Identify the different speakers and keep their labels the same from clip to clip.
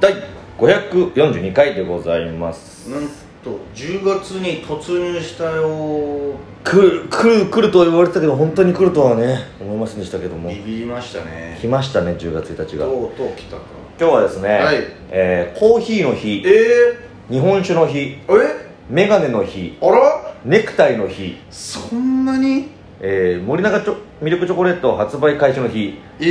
Speaker 1: 第542回でございます
Speaker 2: なんと10月に突入したよ
Speaker 1: 来る来る来るとは言われてたけど本当に来るとはね思いませんでしたけども
Speaker 2: ビビりましたね
Speaker 1: 来ましたね10月1日が
Speaker 2: とうとう来たか
Speaker 1: 今日はですね、
Speaker 2: はい
Speaker 1: えーコーヒーの
Speaker 2: え
Speaker 1: 日
Speaker 2: ー、え
Speaker 1: 日本酒の日メガネの日
Speaker 2: あら
Speaker 1: ネクタイの日、
Speaker 2: そんなに
Speaker 1: えー森永チョミルクチョコレート発売開始の日、
Speaker 2: えー、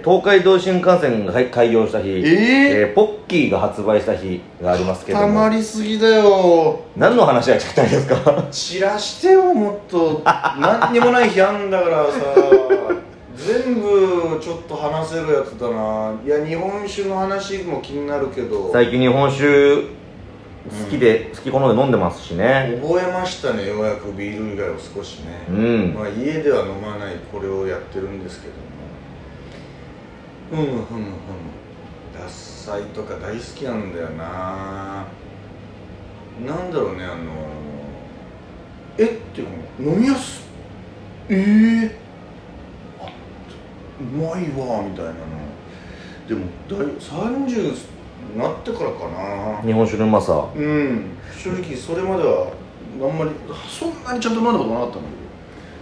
Speaker 1: えー東海道新幹線が開開業した日、え
Speaker 2: え
Speaker 1: ーポッキーが発売した日がありますけど
Speaker 2: たま
Speaker 1: も
Speaker 2: りすぎだよ
Speaker 1: 何の話が聞きたいですか
Speaker 2: 散らしてよもっ と何にもない日あんだからさ全部ちょっと話せるやつだないや日本酒の話も気になるけど覚
Speaker 1: 最近日本酒好きで、好き好んで飲んでますしね
Speaker 2: えましたねようやくビール以外を少しね、
Speaker 1: うん
Speaker 2: まあ、家では飲まないこれをやってるんですけどもふむふむふむ獺祭とか大好きなんだよななんだろうねあのえっていうか飲みやすえー、あうまいわみたいなのでもだい30になってからかな
Speaker 1: 日本酒のうまさ
Speaker 2: うん正直それまではあんまりそんなにちゃんと飲んだことなかったんだ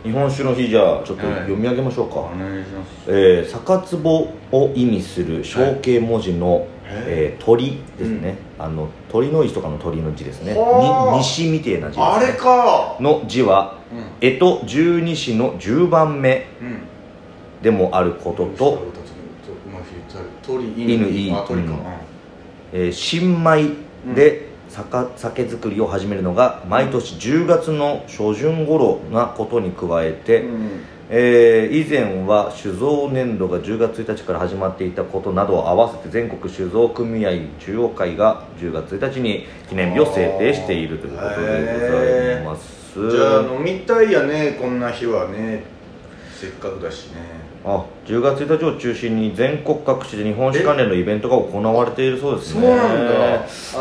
Speaker 2: け
Speaker 1: 日
Speaker 2: ど
Speaker 1: 本酒の日じゃあちょっと
Speaker 2: はい
Speaker 1: 読み上げましょうか、
Speaker 2: お願いします
Speaker 1: えー、酒壺を意味する象形文字の、えー鳥ですね、あの鳥の石とかの鳥の字ですねに
Speaker 2: はあ
Speaker 1: 西みてえな字です、ね、
Speaker 2: あれか
Speaker 1: の字は
Speaker 2: う
Speaker 1: 干支十二支の10番目
Speaker 2: んうん
Speaker 1: でもあることと、
Speaker 2: 鳥
Speaker 1: 犬
Speaker 2: い
Speaker 1: いい
Speaker 2: あ鳥か
Speaker 1: うんえー新米で酒酒造りを始めるのが毎年10月の初旬頃なことに加えて、
Speaker 2: うん
Speaker 1: えー以前は酒造年度が10月1日から始まっていたことなどを合わせて全国酒造組合中央会が10月1日に記念日を制定しているということでございます
Speaker 2: じゃあ飲みたいやねこんな日はねせっかくだしね
Speaker 1: あ10月1日を中心に全国各地で日本酒関連のイベントが行われているそうですね
Speaker 2: そうなんだあ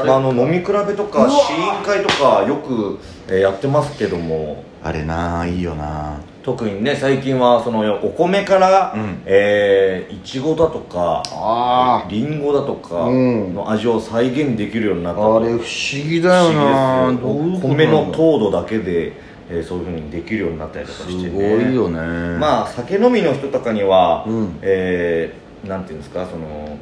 Speaker 2: れ
Speaker 1: まあ、あの飲み比べと
Speaker 2: うわ
Speaker 1: か試飲会とかよく、えーやってますけども
Speaker 2: あれないいよな
Speaker 1: 特にね最近はそのお米から、
Speaker 2: うん
Speaker 1: えーいちごだとか
Speaker 2: あ
Speaker 1: りんごだとか
Speaker 2: うん
Speaker 1: の味を再現できるようになった
Speaker 2: あ
Speaker 1: と
Speaker 2: あれ不思議だ
Speaker 1: 不
Speaker 2: よ
Speaker 1: 思
Speaker 2: な
Speaker 1: 議ですよお米の糖度だけで、えーそういうふうにできるようになったりとかして、ね、
Speaker 2: すごいよねあ
Speaker 1: まあ酒飲みの人とかには、
Speaker 2: うん
Speaker 1: えーなんていうんですかその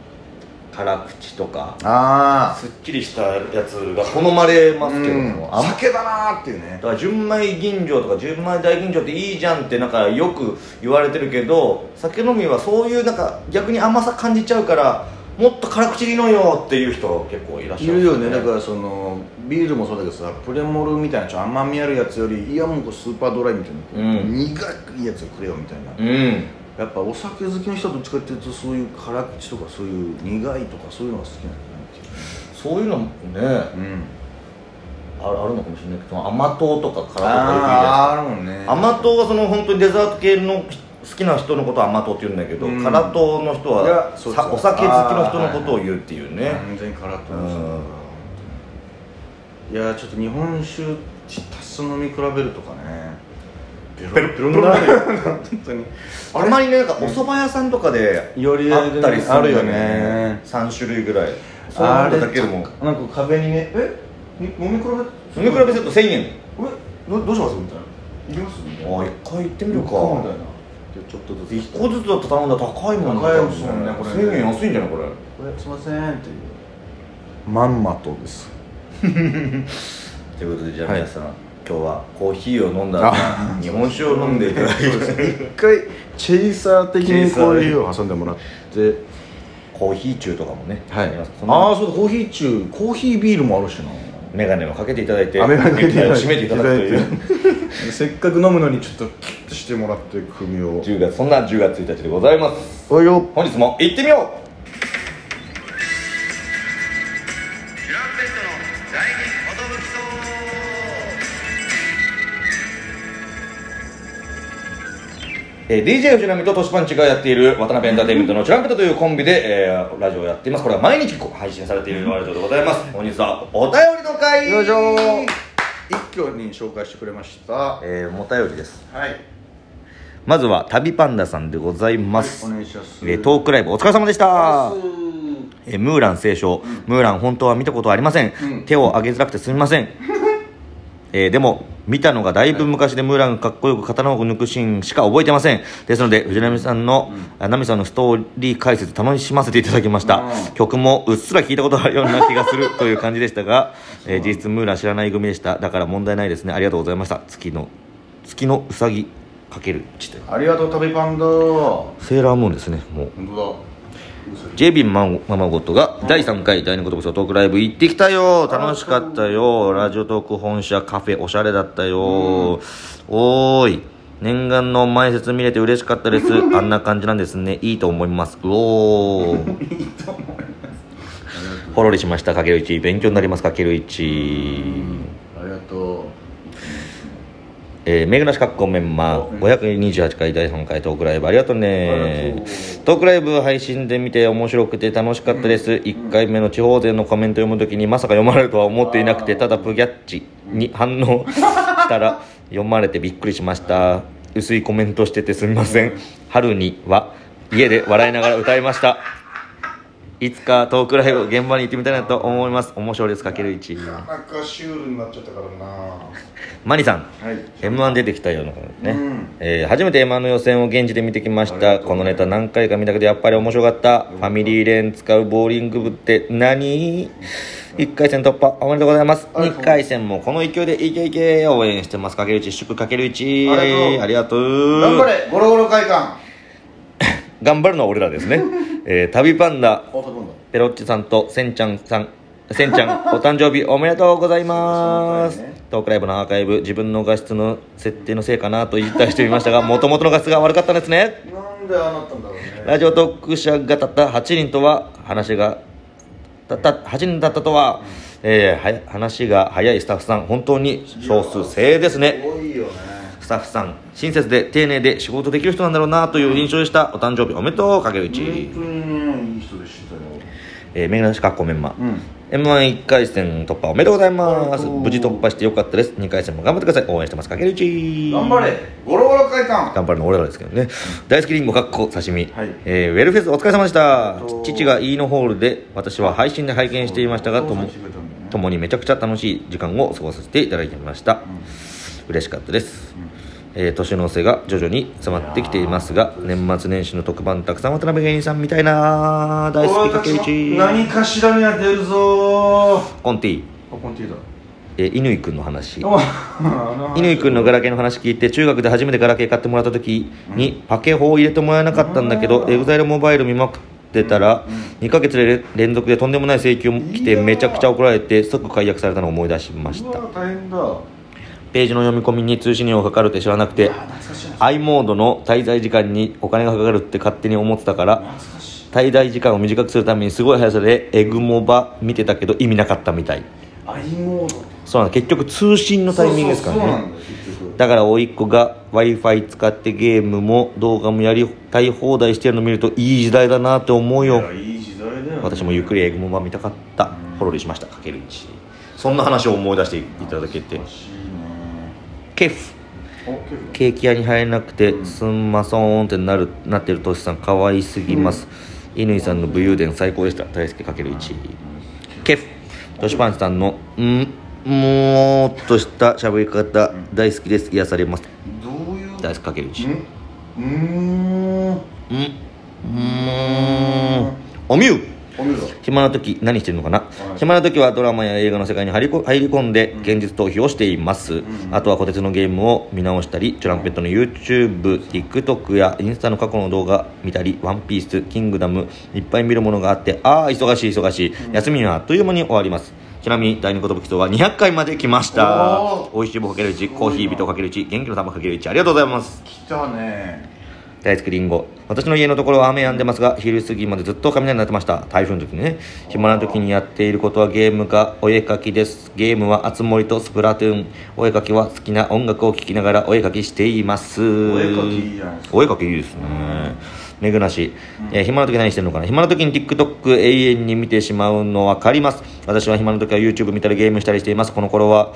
Speaker 1: 辛口とか
Speaker 2: あ
Speaker 1: すっきりしたやつが好まれますけども、あんま
Speaker 2: 酒だなーっていうね
Speaker 1: だから純米吟醸とか純米大吟醸っていいじゃんってなんかよく言われてるけど酒飲みはそういうなんか逆に甘さ感じちゃうからもっと辛口でいいのよっていう人結構いらっしゃ
Speaker 2: い
Speaker 1: る
Speaker 2: るよねだかららそのビールもそうだけどさプレモルみたいなちょっと甘みあるやつよりいやもうこうスーパードライみたいな、
Speaker 1: うん
Speaker 2: 苦いやつをくれよみたいな、
Speaker 1: うん
Speaker 2: やっぱお酒好きの人はどっちかっていうとそういう辛口とかそういう苦いとかそういうのが好きなん
Speaker 1: そういうのもね
Speaker 2: だよねうん
Speaker 1: ああるのかもしれないけど甘党とか辛とかよく言うじゃないですか
Speaker 2: あーあるもんね
Speaker 1: 甘党はその本当にデザート系の好きな人のことは甘党って言うんだけど、
Speaker 2: うん
Speaker 1: 辛党の人
Speaker 2: いや
Speaker 1: は
Speaker 2: そう
Speaker 1: さ
Speaker 2: そう
Speaker 1: お酒好きの人のことを言うっていうね、
Speaker 2: 完全に辛くなっちゃうか
Speaker 1: う
Speaker 2: ら
Speaker 1: ん
Speaker 2: いやーちょっと日本酒たす飲み比べるとかね
Speaker 1: ペロッペロッ
Speaker 2: になるよ 本当に
Speaker 1: あまりねなんかお蕎麦屋さんとかで
Speaker 2: より
Speaker 1: あったりするんだ
Speaker 2: あるよね
Speaker 1: 3種類ぐらいそう
Speaker 2: あ
Speaker 1: な
Speaker 2: れ
Speaker 1: んだけども
Speaker 2: なんか壁にねえに飲み比べ
Speaker 1: 飲み比べセット1000円
Speaker 2: えどどうしますみたいないきますみ
Speaker 1: あ1回行ってみるか
Speaker 2: みたいなでちょっとずつ
Speaker 1: 1個ずつだと頼んだら高いもん
Speaker 2: 高いですもんねこれね
Speaker 1: 1000円安いんじゃないこれ
Speaker 2: これすいませんっていうまんまとです
Speaker 1: ということでじゃあ
Speaker 2: はい
Speaker 1: 皆さん、今日はコーヒーを飲んだら日本酒を飲んでいただいて
Speaker 2: 一回チェイサー的にこういうを挟んでもらって
Speaker 1: コーヒー中とかもね、
Speaker 2: はい
Speaker 1: ありますその
Speaker 2: ああそうだコーヒー中コーヒービールもあるしな
Speaker 1: メガネをかけていただいて
Speaker 2: 雨が
Speaker 1: ネクタイを締めていただくという
Speaker 2: せっかく飲むのにちょっとキュッとしてもらって首を
Speaker 1: 10月そんな10月1日でございます
Speaker 2: おいよ
Speaker 1: 本日も行ってみようえー、DJ 藤波とトシパンチがやっている渡辺エンターテインメントのチュランペットというコンビで、えーラジオをやっていますこれは毎日配信されているラジオでございます本日はお便りの会
Speaker 2: よいしょー一挙に紹介してくれましたは
Speaker 1: えー、お便りです
Speaker 2: い
Speaker 1: まずは旅パンダさんでございます、
Speaker 2: お願いします
Speaker 1: えートークライブお疲れ様でした
Speaker 2: う
Speaker 1: えームーラン聖書、ムーラン本当は見たことありません、
Speaker 2: うん
Speaker 1: 手を挙げづらくてすみませ んえーでも見たのがだいぶ昔でムーランがかっこよく刀を抜くシーンしか覚えてませんですので藤波さんの、あ奈美さんのストーリー解説楽しませていただきました、
Speaker 2: うん
Speaker 1: 曲もうっすら聞いたことあるような気がするという感じでしたが、えー実質ムーラン知らない組でしただから問題ないですねありがとうございました月の月のうさぎかけるちという
Speaker 2: ありがとう旅パンダ本
Speaker 1: セーラームーンですねもう
Speaker 2: 当だ
Speaker 1: j b マママゴットが第3回第2言トークライブ行ってきたよ楽しかったよラジオトーク本社カフェおしゃれだったよおーい念願の前説見れて嬉しかったですあんな感じなんですねいいと思いますうおーほろりしましたかける1勉強になりますかける1
Speaker 2: ありがとう
Speaker 1: えー、めぐなし学校メンバー528回第3回トークライブありがとう
Speaker 2: あり
Speaker 1: ね
Speaker 2: がとう
Speaker 1: トークライブ配信で見て面白くて楽しかったです、1回目の地方勢のコメント読むときにまさか読まれるとは思っていなくてただプギャッチに反応した ら読まれてびっくりしました薄いコメントしててすみません春には家で笑いながら歌いましたいつかトークライブ現場に行ってみたいなと思います面白いですかける
Speaker 2: な
Speaker 1: 1
Speaker 2: かなかシュールになっちゃったからなは
Speaker 1: マリさん
Speaker 2: い
Speaker 1: m 1出てきたような感じね、
Speaker 2: うん
Speaker 1: えー初めて m 1の予選を現地で見てきまし
Speaker 2: ありが
Speaker 1: た
Speaker 2: とう
Speaker 1: このネタ何回か見たけどやっぱり面白かったファミリーレーン使うボーリング部って何1回戦突破おめでとうございます
Speaker 2: ありがとう
Speaker 1: 2回戦もこの勢いでいけいけ応援してますかけるち祝かけるち
Speaker 2: ありがとう
Speaker 1: ありがとう
Speaker 2: 頑張れゴロゴロ会館
Speaker 1: 頑張るのは俺ら ですね、えー旅パンダ
Speaker 2: オートコンド
Speaker 1: ペロッチさんとせんちゃんさんせんちゃん お誕生日おめでとうございます、
Speaker 2: そうそうそう
Speaker 1: トークライブのアーカイブ自分の画質の設定のせいかなと言ったりしてみましたがもともとの画質が悪かったんですね
Speaker 2: なんでああなったんだろうね
Speaker 1: ラジオトーク者がたった8人とは話がたった8人だったとは、えーはや話が早いスタッフさん本当に少数精ですね
Speaker 2: 多いよね
Speaker 1: スタッフさん親切で丁寧で仕事できる人なんだろうなという印象でしたお誕生日おめでとう竹内、
Speaker 2: 本当にねいい人でしたよ
Speaker 1: えー、メガネかっこメンマ、
Speaker 2: ん
Speaker 1: m 1 1回戦突破おめでとうござい
Speaker 2: ありが
Speaker 1: ます
Speaker 2: とう
Speaker 1: 無事突破してよかったです2回戦も頑張ってください応援してますかけるち
Speaker 2: 頑張れゴロゴロ会館
Speaker 1: 頑張るの俺らですけどね大好きりんごかっこ刺身、
Speaker 2: はい
Speaker 1: えーウェルフェスお疲れ様でした
Speaker 2: ありがとう
Speaker 1: 父が飯のホールで私は配信で拝見していましたがとも
Speaker 2: とも
Speaker 1: 共にめちゃくちゃ楽しい時間を過ごさせていただきました、嬉しかったです、えー年の瀬が徐々に迫ってきていますが年末年始の特番たくさん渡辺芸人さんみたいな大好きかけるち
Speaker 2: 何かしらには出るぞーあ
Speaker 1: コンティ
Speaker 2: コンティだ
Speaker 1: えー乾くんの話
Speaker 2: 乾
Speaker 1: 乾くんのガラケーの話聞いて中学で初めてガラケー買ってもらった時にパケ法を入れてもらえなかったんだけど
Speaker 2: うん
Speaker 1: EXILE モバイル見まくってたら2ヶ月で連続でとんでもない請求も来て
Speaker 2: いやー
Speaker 1: めちゃくちゃ怒られて即解約されたのを思い出しました
Speaker 2: 大変だ
Speaker 1: ページの読み込みに通信料がかかるって知らなくて
Speaker 2: あ懐かしいな
Speaker 1: i モードの滞在時間にお金がかかるって勝手に思ってたから
Speaker 2: 懐かしい
Speaker 1: 滞在時間を短くするためにすごい速さでエグモバ見てたけど意味なかったみたい
Speaker 2: アイモード
Speaker 1: そうなんだ結局通信のタイミングですからね
Speaker 2: そうそうそうなんだよ結局
Speaker 1: だから甥っ子が w i f i 使ってゲームも動画もやりたい放題してるの見るといい時代だなって思う
Speaker 2: い
Speaker 1: よ
Speaker 2: やいい時代だよね
Speaker 1: 私もゆっくりエグモバ見たかったほろりしましたかける1そんな話を思い出していただけて
Speaker 2: 懐かしいね
Speaker 1: ケフ
Speaker 2: あケー
Speaker 1: ケー
Speaker 2: キ
Speaker 1: キ屋に入れなくてすんまそーんってなるなってるトシさん可愛すぎます乾さんの武勇伝最高でした大好きかける1ケフトシパンチさんのんもーっとした喋り方大好きです癒されます
Speaker 2: どういう
Speaker 1: 大好きかける1
Speaker 2: うーん
Speaker 1: う
Speaker 2: お
Speaker 1: んうーんおみゆ
Speaker 2: 見るぞ
Speaker 1: 暇な時何してるのかな、
Speaker 2: い
Speaker 1: 暇な時はドラマや映画の世界に入りこ入り込んで現実逃避をしています、あとは小鉄のゲームを見直したりトランペットの YouTubeTikTok やインスタの過去の動画見たり「ワンピースキングダムいっぱい見るものがあってああ忙しい忙しい、休みはあっという間に終わりますちなみに第二言武器とは200回まで来ました
Speaker 2: お
Speaker 1: おいしい棒かける1コーヒー人かける1元気の玉かける1ありがとうございます
Speaker 2: 来たね
Speaker 1: 大好きりんご私の家のところは雨止んでますが昼過ぎまでずっと雷になってました台風の時にね暇な時にやっていることはゲームかお絵描きですゲームはあつ森とスプラトゥーンお絵描きは好きな音楽を聴きながらお絵描きしています
Speaker 2: お絵描きいいじゃないですか
Speaker 1: お絵描きいいですねめぐなし、えー暇な時何してるのかな暇な時に TikTok 永遠に見てしまうの分かります私は暇な時は YouTube 見たりゲームしたりしていますこの頃は、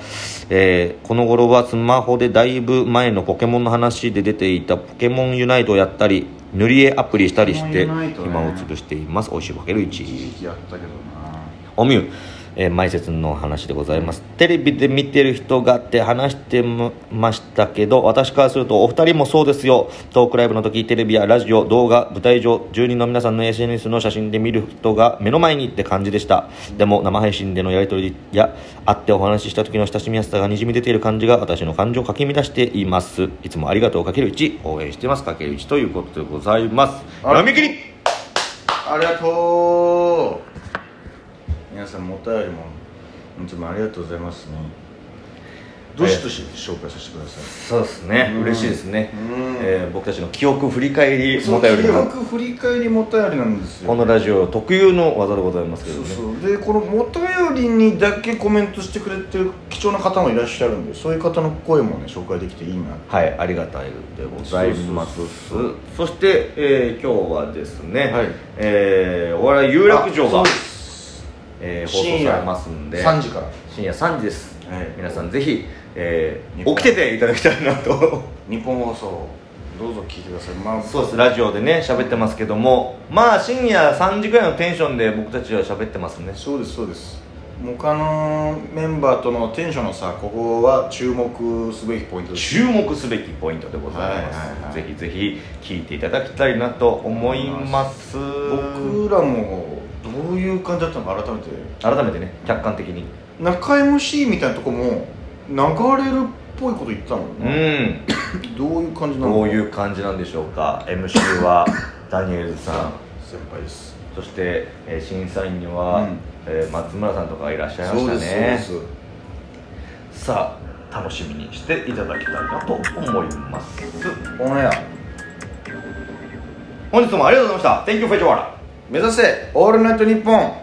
Speaker 1: えーこの頃はスマホでだいぶ前のポケモンの話で出ていたポケモンユナイトをやったり塗り絵アプリしたりして
Speaker 2: もういないとね
Speaker 1: 暇を潰しています美味しいかける
Speaker 2: 一時
Speaker 1: 1
Speaker 2: 期やったけどな
Speaker 1: おみゆ、えー前説の話でございますテレビで見てる人がって話してもましたけど私からするとお二人もそうですよトークライブの時テレビやラジオ動画舞台上住人の皆さんの SNS の写真で見る人が目の前にって感じでしたでも生配信でのやり取りや会ってお話しした時の親しみやすさがにじみ出ている感じが私の感情をかき乱していますいつもありがとうかける1応援してますかける1ということでございます
Speaker 2: あら
Speaker 1: 読み切り
Speaker 2: ありがとう皆さんもお便りもいつもありがとうございますねどしどし紹介させてください
Speaker 1: そうですね、
Speaker 2: うん
Speaker 1: 嬉しいですね、
Speaker 2: うん
Speaker 1: えー僕たちの記憶振り返り
Speaker 2: そ
Speaker 1: も
Speaker 2: う
Speaker 1: たより
Speaker 2: 記
Speaker 1: も
Speaker 2: 憶振り返りもたよりなんですよ
Speaker 1: このラジオ特有の技でございますけど
Speaker 2: そう
Speaker 1: ね
Speaker 2: そうでこのもとよりにだけコメントしてくれてる貴重な方もいらっしゃるんでそういう方の声もね紹介できていいな
Speaker 1: はいありがたいでございます
Speaker 2: そう
Speaker 1: そ
Speaker 2: そうそう
Speaker 1: して、えー今日はですね、
Speaker 2: はい
Speaker 1: えーお笑い有楽町
Speaker 2: あ
Speaker 1: が
Speaker 2: そう、です
Speaker 1: えー放送されますんで
Speaker 2: 深夜3時から
Speaker 1: 深夜3時です、
Speaker 2: はい
Speaker 1: 皆さんぜひ、えー
Speaker 2: 日本
Speaker 1: 起きてていただきたいなと
Speaker 2: 日本放送どうぞ聞いてくださいまあ
Speaker 1: そうですラジオでね喋ってますけどもまあ深夜3時ぐらいのテンションで僕たちは喋ってますね
Speaker 2: そうですそうですもう他のメンバーとのテンションの差ここは注目すべきポイントです
Speaker 1: 注目すべきポイントでございます、
Speaker 2: はいはいはい
Speaker 1: ぜひぜひ聞いていただきたいなと思います
Speaker 2: 僕らもどういう感じだったのか改めて
Speaker 1: 改めてね客観的に
Speaker 2: 中 MC みたいなとこも流れるっぽいこと言ってたもん
Speaker 1: う
Speaker 2: ね、
Speaker 1: ん
Speaker 2: どういう感じなの
Speaker 1: どういう感じなんでしょうか MC はダニエルさん
Speaker 2: 先輩です
Speaker 1: そして、えー審査員には、
Speaker 2: うん
Speaker 1: えー松村さんとかがいらっしゃいましたね
Speaker 2: そうです
Speaker 1: さあ楽しみにしていただきたいなと思います
Speaker 2: オンエア
Speaker 1: 本日もありがとうございました Thank you for your
Speaker 2: 目指せオールナイトニッポン